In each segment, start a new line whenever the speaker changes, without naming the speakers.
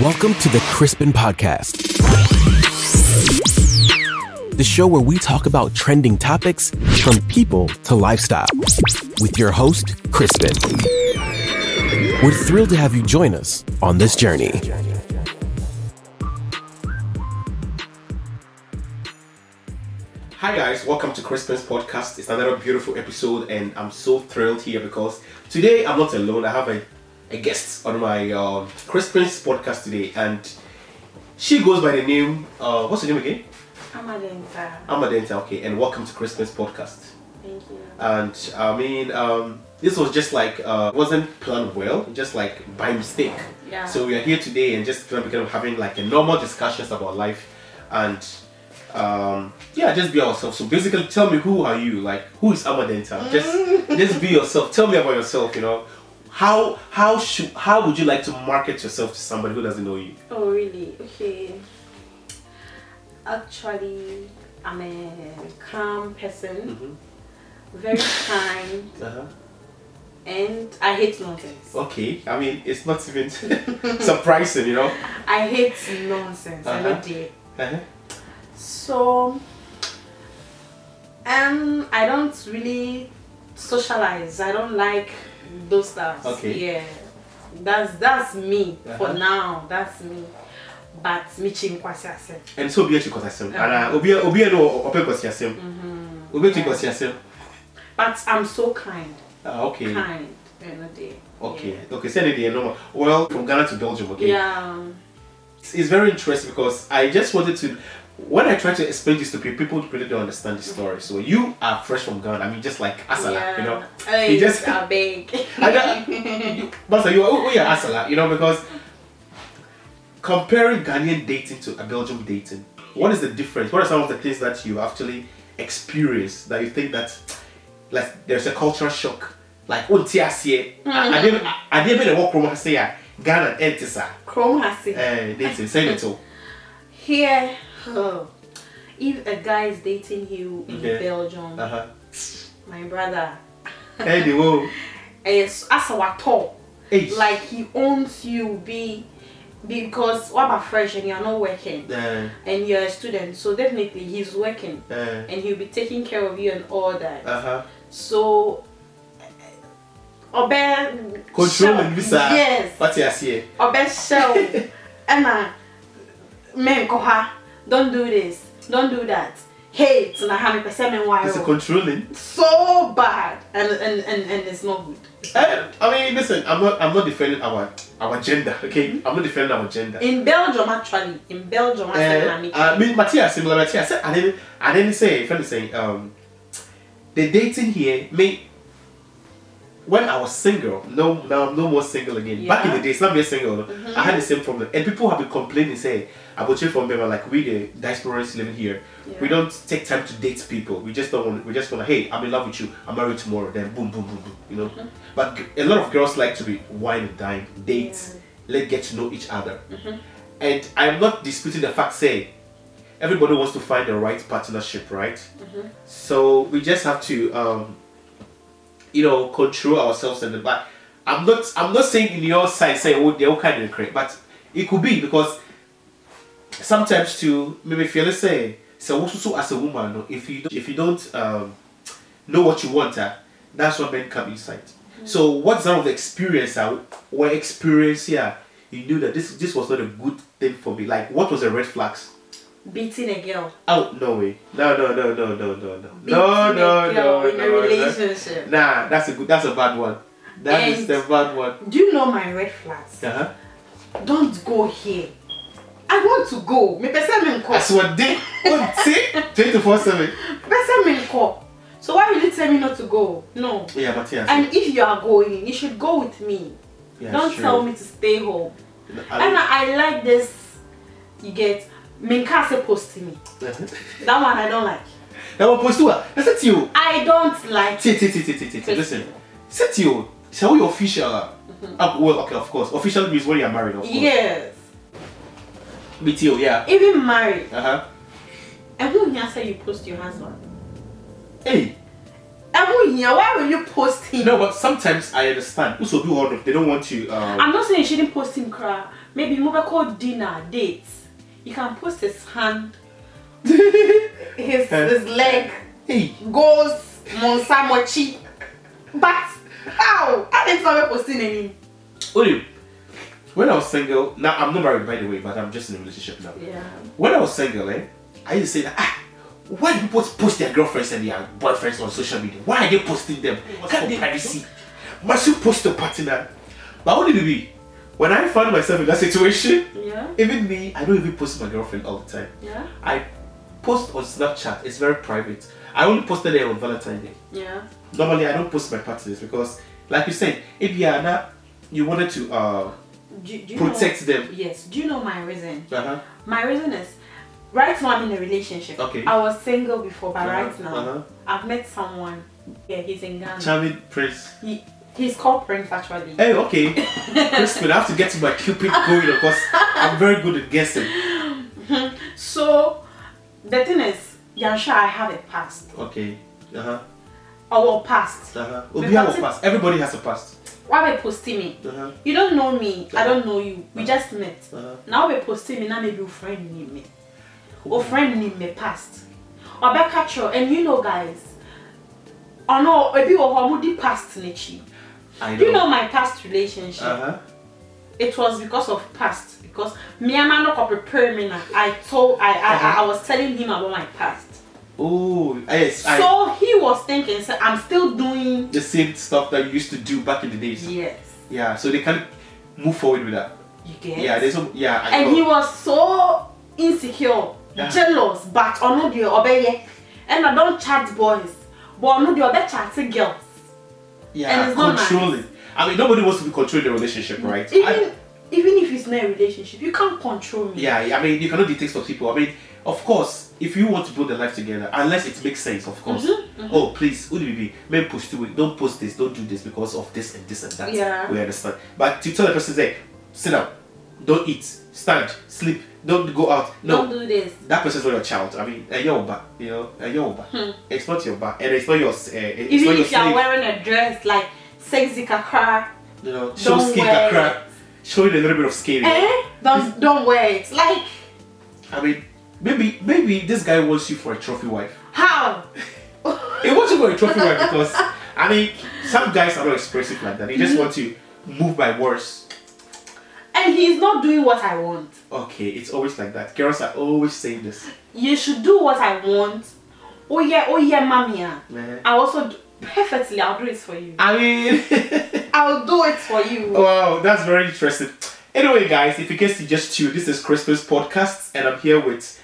Welcome to the Crispin Podcast, the show where we talk about trending topics from people to lifestyle with your host, Crispin. We're thrilled to have you join us on this journey.
Hi guys, welcome to Crispin's podcast. It's another beautiful episode, and I'm so thrilled here because today I'm not alone. I have a, a guest on my um, Crispin's podcast today, and she goes by the name. Uh, what's her name again?
I'm a dental.
Amadenta. Okay, and welcome to Crispin's podcast.
uh, Thank you.
And I mean, um, this was just like uh, wasn't planned well, just like by mistake.
Yeah.
So we are here today and just kind of having like a normal discussions about life, and um, yeah, just be ourselves. So basically, tell me who are you? Like who is Amadenta? Just just be yourself. Tell me about yourself. You know, how how should how would you like to market yourself to somebody who doesn't know you?
oh, really? Okay. Actually, I'm a calm person,
Mm-hmm.
very kind,
Uh-huh.
and I hate nonsense.
Okay, I mean it's not even surprising, you know.
I hate nonsense. I
Uh-huh.
don't dare.
Uh-huh.
So, um, I don't really socialize. I don't like those stuff.
Okay.
Yeah, that's that's me
Uh-huh.
for now. That's me. But Michin Kwasi said.
And so be it because I am. And uh, obi obi no open because I
Mm-hmm.
Obi because I
But I'm so kind,
Ah, okay.
kind, you know, they-
Okay. Okay. Send it the normal. Well, from Ghana to Belgium. Okay.
Yeah.
It's, it's very interesting because I just wanted to. When I try to explain this to people, people really don't understand the
Mm-hmm.
story. So you are fresh from Ghana. I mean, just like
Yeah.
Asala, you know.
Hey,
You just-
I beg.
I don't- you- Master, you are oh, yeah, Asala, you know, because comparing Ghanaian dating to a Belgium dating, what is the difference? What are some of the things that you actually experience that you think that like there's a cultural shock? Like, oh, TSA, I
Mm-hmm.
didn't I didn't even walk from Hasea, ah, Ghana, eh, Entisa,
Chrome has it.
uh, dating, same it all.
Here, oh, if a guy is dating you in
Okay.
Belgium,
Uh huh.
my brother,
Eh, Anyway,
is as our tall,
hey,
like he owns you, be because what about fresh and you're not working
uh,
and you're a student, so definitely he's working
uh
and he'll be taking care of you and all that.
huh.
So, ọbẹ
Control and visa.
yes
What you say?
ọbẹ shell ẹna men kọ ha don do this don do that hate na ha mi pẹsẹ mi wa
It's a
yọ
controlling.
oh. so bad and and and and it's not good
Eh, I mean, listen, I'm not, I'm not defending our our gender, okay? I'm not defending our gender.
in belgium actually in belgium asẹ na mi
Eh, I mean, Matthias, similar Matthias. I didn't, I didn't say, friend, say, um, the dating here, me. When I was single, no, now I'm no more single again. Back in the
Yeah.
days, not being single, I had the same problem, and people have been complaining, say, about you from Bema, like we the diasporans living here, we
Yeah.
don't take time to date people. We just don't want. We just want to. Hey, I'm in love with you. I'm married tomorrow. Then boom, boom, boom, boom. You know. But g- a lot of girls like to be wine and dine, date, let get to know each other. And I'm not disputing the fact. Say, everybody wants to find the right partnership, right? So we just have to, um, you know, control ourselves and the back. I'm not. I'm not saying in your side say oh they're all kind of crazy, but it could be because sometimes too maybe feel let's say so also so as a woman no, if you don't, if you don't um, know what you want ah, that's when men come inside
Mm.
so what sort of experience uh, were experience here you knew that this this was not a good thing for me like what was the red flags
beating a girl
oh no way no no no no no no no
beating
no
a
no
girl
no
in a
no no
relationship
nah that's a good that's a bad one that is
And-
the bad one
do you know my red flags
uh-huh.
don't go here i want to go mi pẹsẹ mi nkọ.
that's what they twenty four seven
person may call. So why will you tell me not to go? No.
yeah Matthias
And if you are going, you should go with me.
yeah,
Don't
sure.
tell me to stay home.
I
and I, I like this. You get Minkase post to me.
Uh-huh.
That one I don't like.
Now we're supposed to. That's it, ah. you.
I don't like.
T- t- t- t- t- t- t- Listen, set you. Tell you official.
Mm-hmm.
Uh, well, okay, of course. Official means when you're married, of course.
Yes.
BTO, yeah.
Even married.
Uh huh.
And who here say you post your husband?
Hey,
ɛho hia why were you post him.
No, but sometimes I understand. Also, do all of they don't want you. Um,
i'm not saying you shouldnt post him cry maybe mo bɛ call dinner date you can post his hand his his leg
hey,
goals monsa mochi but how alex na bɛ post him anim.
Olu, when I was single, now I'm not married by the way, but I'm just in a relationship now.
Yeah.
When I was single, eh, I used to say that ah, why do people post their girlfriends and their boyfriends on social media? Why are they posting them?
What's
Can't
for
they
privacy?
privacy? Must you post a partner? But only be when I found myself in that situation,
Yeah.
even me, I don't even post my girlfriend all the time.
Yeah.
I post on Snapchat, it's very private. I only posted it on Valentine's Day.
Yeah.
Normally I don't post my partners because like you said, if you are not you wanted to uh
Do, do you
Protect
know,
them.
Yes. Do you know my reason?
uh-huh.
My reason is right now I'm in a relationship.
Okay.
I was single before, but
Uh-huh,
right now
uh-huh.
I've met someone. Yeah, he's in Ghana.
Charming Prince.
he, he's called Prince actually.
Hey, okay. Crispin, I have to get to my cupid going because I'm very good at guessing.
So the thing is, Yansha, I have a past.
Okay. Uh-huh.
Our past.
Uh-huh. Obi have a past. Everybody has a past.
Why they posting me?
Uh-huh.
You don't know me. I don't know you. We just met.
Uh-huh.
Now we posting me. Now maybe your friend need me. Or friend need me past. Or back catch you. And you know, guys. Oh no, maybe or homudi past nichi.
I know.
You know my past relationship.
Uh-huh.
It was because of past. Because me and man not prepare me. na. I told I I, I I was telling him about my past.
Oh yes, I
So he was thinking, so I'm still doing
the same stuff that you used to do back in the days.
yes.
Yeah, so they can't move forward with that.
You get
Yeah, there's some yeah, I
and
know.
he was so insecure,
Yeah.
jealous, but I know the obey. And I don't chat boys, but I know the obey chat girls. and
yeah,
it's not nice. Mm.
controlling. I mean nobody wants to be controlling the relationship, right?
Even
I-
even if it's not a relationship, you can't control me.
yeah, I mean you cannot detect some people. I mean, of course, if you want to build a life together, unless it makes sense, of course.
Mm-hmm,
Oh please, Udibibi, men post to it, don't post this, don't do this because of this and this and that.
Yeah.
We understand. But to tell the person say, sit down, don't eat, stand, sleep, don't go out. No,
Don't do this.
that person's not your child. I mean, uh, your ba, you know, uh, your ba. It's not your ba, and it's not your. Uh, it's
Hmm. Even
not your
if you are
slave.
wearing a dress like sexy kakra,
you know, show
don't
skin
wear
kakra, show it a little bit of skin. you know.
eh? Don't don't wear it. Like
I mean, maybe maybe this guy wants you for a trophy wife.
how?
He wants you for a trophy wife because I mean, some guys are not expressive like that. They just want to move by words.
And he's not doing what I want.
Okay, it's always like that. Girls are always saying this.
you should do what I want. Oh yeah, oh yeah, mommy. ah.
Mhm.
I also do, perfectly. I'll do it for you.
I mean.
I'll do it for you.
Wow, that's very interesting. Anyway, guys, if you guys you just tuned, this is Christmas podcast, and I'm here with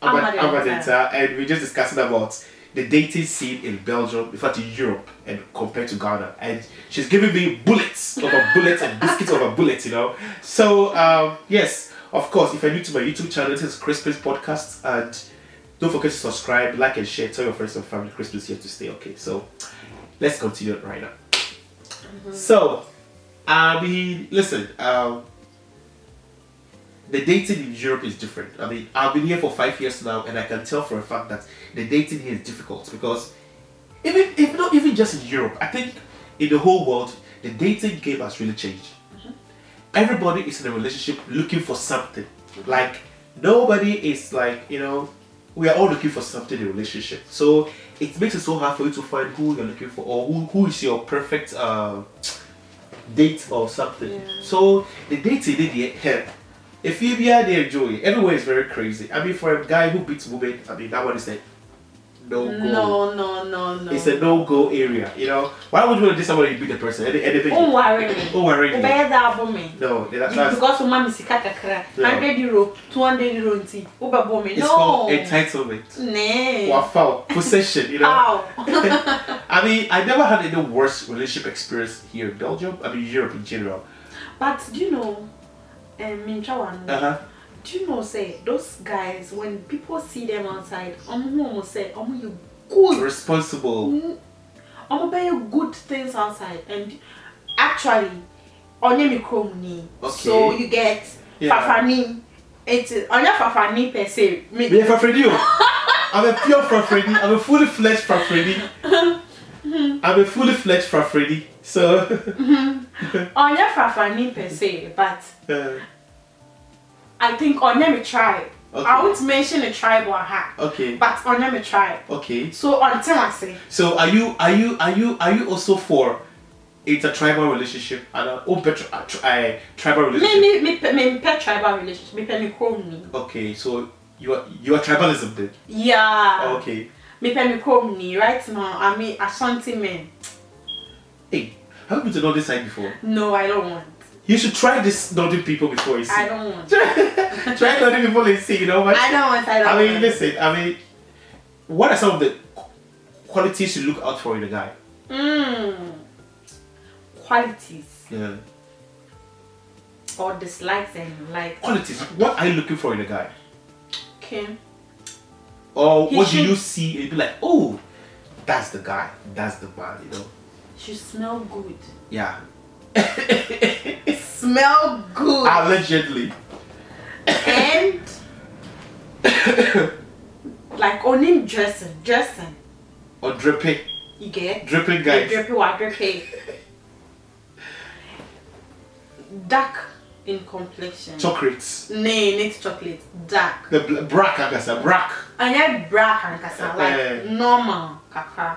Amad-
Amadenta.
Amadenta, and we're just discussing about the dating scene in Belgium, in fact, in Europe, and compared to Ghana. And she's giving me bullets over bullets and biscuits over bullets, you know. So um, yes, of course, if you're new to my YouTube channel, this is Christmas podcast, and don't forget to subscribe, like, and share. Tell your friends and family Christmas here to stay. Okay, so let's continue right now. So, I mean, listen, um, the dating in Europe is different. I mean, I've been here for five years now, and I can tell for a fact that the dating here is difficult because even if not even just in Europe, I think in the whole world, the dating game has really changed.
Mm-hmm.
Everybody is in a relationship looking for something. Like nobody is like you know, we are all looking for something in a relationship. So it makes it so hard for you to find who you're looking for or who, who is your perfect. Uh, date or something.
Yeah.
So the dating did the help. If you be out there enjoying, everywhere is very crazy. I mean, for a guy who beats women, I mean that one is a no go.
No, no, no, no.
It's a no go area. You know, why would you want to date somebody who beat the person? Any, anything?
Don't worry me.
Oh, worry me.
Obey the album. eh?
No, that, that's
Because of mommy sika kakra.
Yeah.
Hundred euro, two hundred euro nti. Uba bomi.
it's
No.
called entitlement.
Nee.
Or foul possession. You know.
Ah. How?
I mean, I never had any worse relationship experience here in Belgium. I mean, Europe in general.
but do you know? Um, Mincha one.
Uh huh.
Do you know? Say those guys when people see them outside, omo omo say omo you good.
Responsible.
I'm about good things outside, and actually, onye mi chrome ni.
Okay.
So you get
Yeah.
fafani. It's onye fafani per se. Me,
Me a Fafredi. oh. I'm a pure Fafredi. I'm a fully fledged Fafredi. I'm a fully fledged Frafredi, so
ɔnyɛ frafrani per se but
uh,
i think ɔnyɛ me tribe
Okay.
i won't mention a tribe or her
okay,
but ɔnyɛ me tribe
okay.
so ɔnte wase
So are you are you are you are you also for intertribal relationship and uh, oh, but, uh, tr- uh, tribal
me
relationship?
me me pɛ me mpɛ tribal relationship me pɛ me kurom ni
Okay, so you are you are tribalism then?
yeah
Okay.
me pɛ me kurom ni right now i mean ashanti men
Hey, have you been to Northern side before?
no i don't want
You should try this Northern people before you see.
i don't want
try Northern people and see. You know what?
i don't want i don't
I mean,
want
listen. I mean, what are some of the qu- qualities you look out for in a guy?
mm. qualities
Yeah.
or dislikes and likes
Qualities. What are you looking for in a guy?
okay
Or
He
what
should-
do you see and be like, oh, that's the guy, that's the man, you know?
she smell good
Yeah.
smell good
Allegedly.
and like on him dressing, dressing.
Or dripping,
You get
dripping
Guys.
guys.
drippy white drippy. Dark in complexion.
Chocolates.
Nay, next chocolate. Dark.
The bl- brack, I guess, a brack.
And yet black and kasa
Eh.
like normal kakra.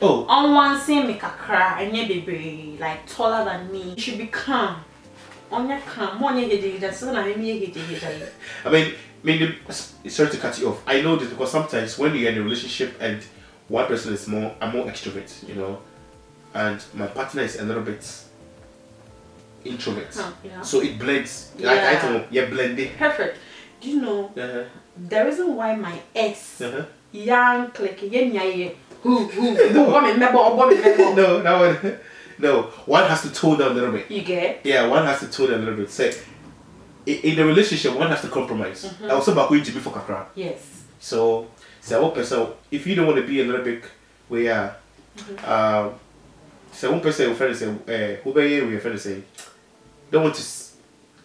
Oh,
On one side me kakra and yet baby like taller than me. You should be calm. On your calm, on your head, that's not me head.
I mean, maybe, sorry to cut you off. I know this because sometimes when you're in a relationship and one person is more, I'm more extrovert, you know, and my partner is a little bit introvert.
Huh, yeah.
So it blends. Like, I
Yeah.
don't know, you're blending.
Perfect. Do you know
Uh-huh.
the reason why my ex
Uh-huh.
yan click yen yaye who who
No.
ọgbọ mi mẹbọ ọgbọ mi mẹbọ
no, that one. No, one has to tone down a little bit.
you get
Yeah, one has to tone down a little bit. Say, i- in a relationship, one has to compromise. I was about going to be for kakra.
yes
So, say one person, if you don't want to be a little bit where, um, say one person, your friend say, eh, who be here, your friend say, don't want to, s-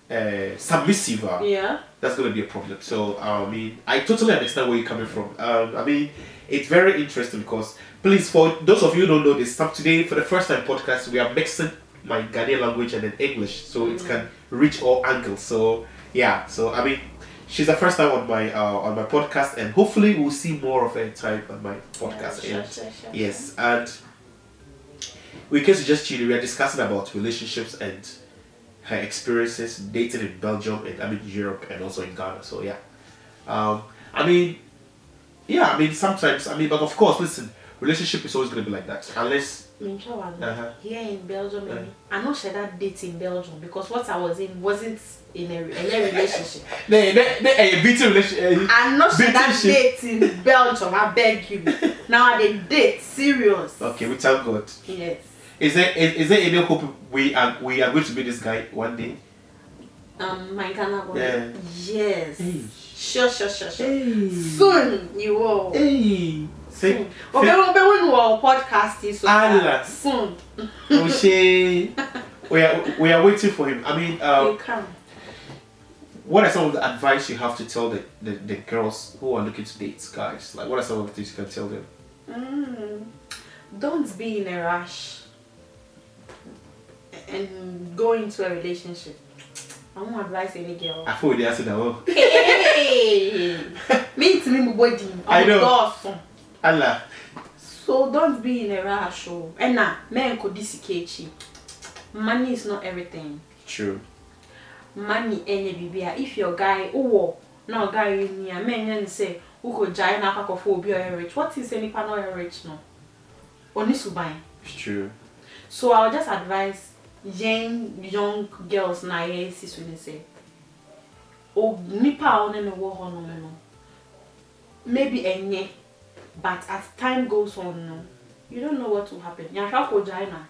eh, submissive. ah
yeah
that's going to be a problem. So I mean, I totally understand where you're coming from. Um, I mean, it's very interesting because please, for those of you who don't know this, some today for the first time podcast, we are mixing my Ghanaian language and then English, so
Mm.
it can reach all angles. So yeah, so I mean, she's the first time on my uh, on my podcast, and hopefully we'll see more of her time on my podcast.
sure,
And-
sure, sure.
Yes, and we can suggest you. We are discussing about relationships and her experiences dating in Belgium and I mean Europe and also in Ghana. So yeah, um, I mean, yeah, I mean sometimes I mean, but of course, listen, relationship is always gonna be like that unless
Mintra was
Uh-huh.
here in Belgium.
Uh-huh.
and I not share that date in Belgium because what I was in wasn't in a, in a relationship.
they they they a beating relationship. eh?
I not share that
Relationship.
date in Belgium. I beg you. Now they date serious.
Okay, we thank God.
Yes.
Is there is, is there any hope we are we are going to meet this guy one day?
Um, my Ghana boy.
Yeah.
Yes.
Hey.
Sure, sure, sure, sure.
Hey,
Soon you will.
hey,
Soon. Obey, obey when we are podcasting so
Allah.
soon.
Oshé. we are we are waiting for him. I mean,
You
um,
come.
what are some of the advice you have to tell the, the, the girls who are looking to date guys? Like, what are some of the things you can tell them?
Mm. Don't be in a rush and go into a relationship. I won't advise any girl.
I thought they answered that one.
hey, me to me body.
I know.
Awesome.
Allah.
So don't be in a rush. Oh, and now men could disikechi. Money is not everything.
True.
Money any bibia. If your guy oh no guy in here, men and say who could giant alcohol be or rich. What is any panel rich no? Only subine.
It's true.
So I'll just advise young young girls na yɛ si so ne sɛ o nipa a ɔne ne wɔ hɔ nom no maybe ɛnyɛ but as time goes on no you don't know what will happen yahwɛ akɔ gyae na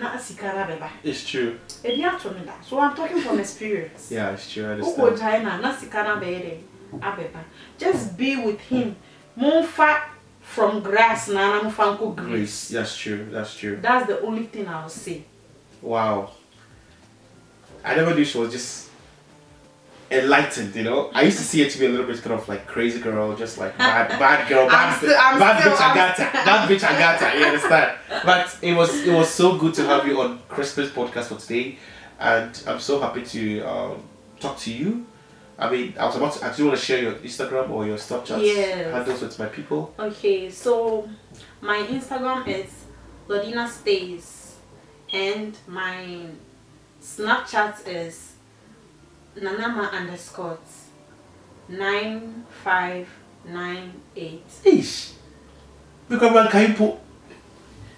na sika na bɛba
It's true.
ebi ato ne da so i'm talking from experience
Yeah, it's true. I
wokɔ
understand.
gyae na na sika na bɛyɛ dɛ abɛba just be with him momfa from grass na na momfa nkɔ
Grace.
grace
That's true. That's true.
that's the only thing i'll say.
Wow. I never knew she was just enlightened, you know. I used to see her to be a little bit kind of like crazy girl, just like bad, bad girl,
I'm
bad,
still- I'm
bad
still-
bitch
I'm
Agata, bad bitch Agata. You understand? But it was it was so good to have you on Christmas podcast for today, and I'm so happy to um, talk to you. I mean, I was about to. I do want to share your Instagram or your Snapchat
Yes.
handles with my people.
Okay, so my Instagram is Lodina Stays and my Snapchat is Nanama underscore nine five nine eight.
Ish, because man can't put.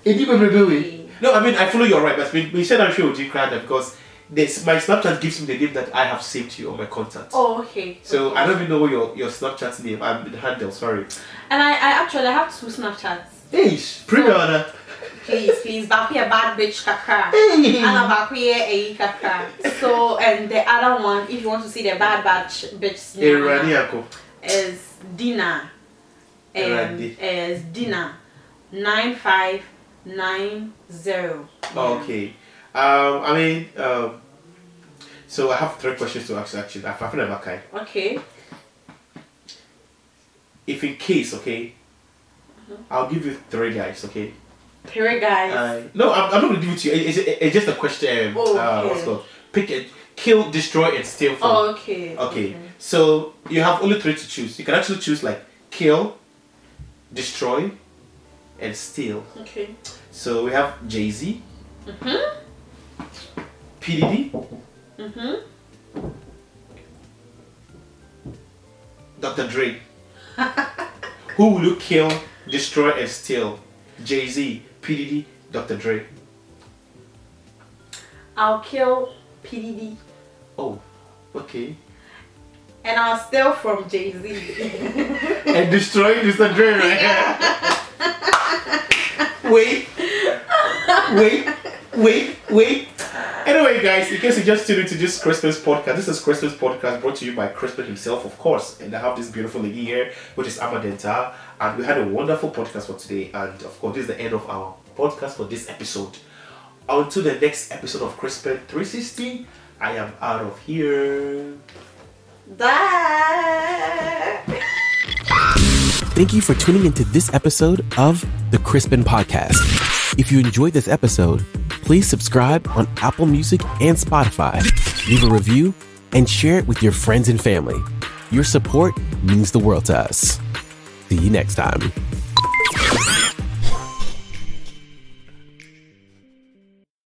It didn't remember me. No, I mean I follow you alright, but we, we said I'm sure you cried because this my Snapchat gives me the name that I have saved you on my contacts.
Oh, okay.
So
okay.
I don't even know your your Snapchat name. I'm the handle. Sorry.
And I, I actually have two Snapchats.
Ish, pre-order.
Please, please, back here, bad bitch, kakra.
Hey.
And back here, eh, kakra. So, and the other one, if you want to see the bad batch bitch,
Erani ako.
is Dina. Um,
Eradi.
is Dina. 9590.
Oh, Okay. Um, I mean, um, so I have three questions to ask. you, Actually, I've I've never kind.
Okay.
If in case, okay,
Mm-hmm.
I'll give you three guys. Okay.
Here, guys.
I- no, I'm, I'm not gonna give it to you. It- It's, it's just a question. Um,
Oh,
uh,
okay.
what's it called? Pick it, kill, destroy, and steal from.
oh, okay.
Okay, so you have only three to choose. You can actually choose like kill, destroy, and steal.
Okay.
So we have Jay Z, PDD,
Mm-hmm.
Dr. Dre. Who will you kill, destroy, and steal? Jay Z, PDD, Dr. Dre.
I'll kill PDD
Oh, okay.
and I'll steal from Jay Z.
And destroy Mr. Dre, right? wait, wait, wait, wait. Anyway, guys, in case you just tuned into this Christmas podcast, this is Christmas podcast brought to you by Christmas himself, of course. And I have this beautiful lady here, which is Amadenta, and we had a wonderful podcast for today. And of course, this is the end of our podcast for this episode. Until the next episode of Christmas 360, I am out of here.
Bye.
Thank you for tuning into this episode of the Crispin Podcast. If you enjoyed this episode, please subscribe on Apple Music and Spotify, leave a review, and share it with your friends and family. Your support means the world to us. See you next time.